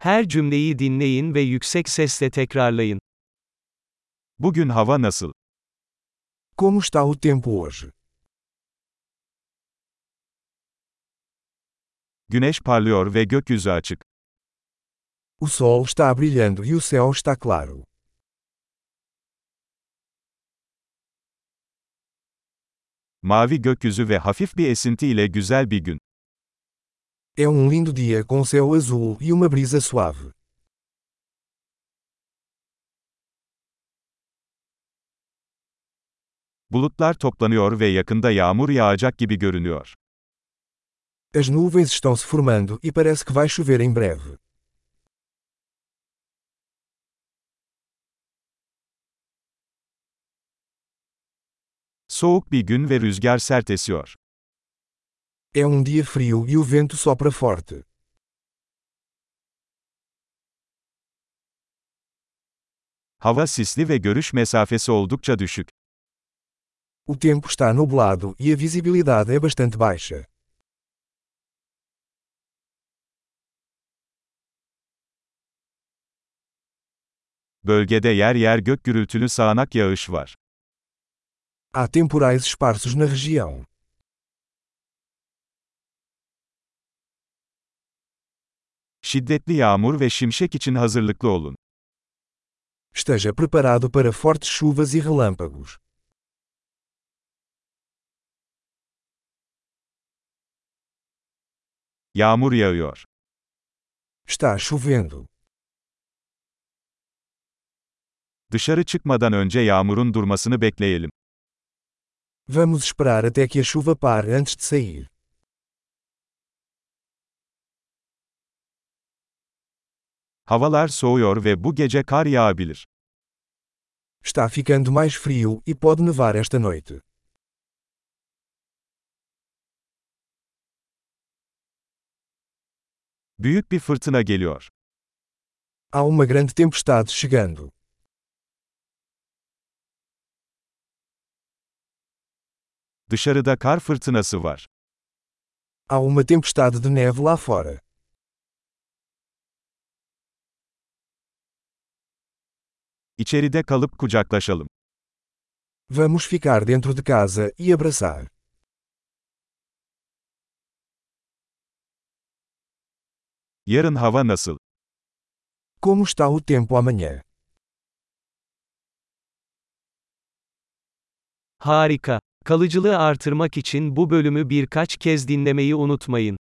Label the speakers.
Speaker 1: Her cümleyi dinleyin ve yüksek sesle tekrarlayın.
Speaker 2: Bugün hava nasıl?
Speaker 3: Como está o tempo hoje?
Speaker 2: Güneş parlıyor ve gökyüzü açık.
Speaker 3: O sol está brilhando e o céu está claro.
Speaker 2: Mavi gökyüzü ve hafif bir esinti ile güzel bir gün.
Speaker 3: É um lindo dia com céu azul e uma brisa suave.
Speaker 2: Bulutlar toplanıyor ve yakında yağmur yağacak gibi görünüyor.
Speaker 3: As nuvens estão se formando e parece que vai chover em breve.
Speaker 2: Soğuk bir gün ve rüzgar sert esiyor.
Speaker 3: É um dia frio e o vento sopra forte.
Speaker 2: Hava sisli ve görüş mesafesi oldukça düşük.
Speaker 3: O tempo está nublado e a visibilidade é bastante baixa.
Speaker 2: Bölgede yer yer gök gürültülü sağanak yağış var.
Speaker 3: Há temporais esparsos na região.
Speaker 2: Şiddetli yağmur ve şimşek için hazırlıklı olun.
Speaker 3: Esteja preparado para fortes chuvas e relâmpagos.
Speaker 2: Yağmur yağıyor.
Speaker 3: Está chovendo.
Speaker 2: Dışarı çıkmadan önce yağmurun durmasını bekleyelim.
Speaker 3: Vamos esperar até que a chuva pare antes de sair.
Speaker 2: Havalar soğuyor ve bu gece kar yağabilir.
Speaker 3: Está ficando mais frio e pode nevar esta noite.
Speaker 2: Büyük bir fırtına geliyor.
Speaker 3: Há uma grande tempestade chegando.
Speaker 2: Dışarıda kar fırtınası var.
Speaker 3: Há uma tempestade de neve lá fora.
Speaker 2: İçeride kalıp kucaklaşalım.
Speaker 3: Vamos ficar dentro de casa e abraçar.
Speaker 2: Yarın hava nasıl?
Speaker 3: Como está o tempo amanhã?
Speaker 1: Harika. Kalıcılığı artırmak için bu bölümü birkaç kez dinlemeyi unutmayın.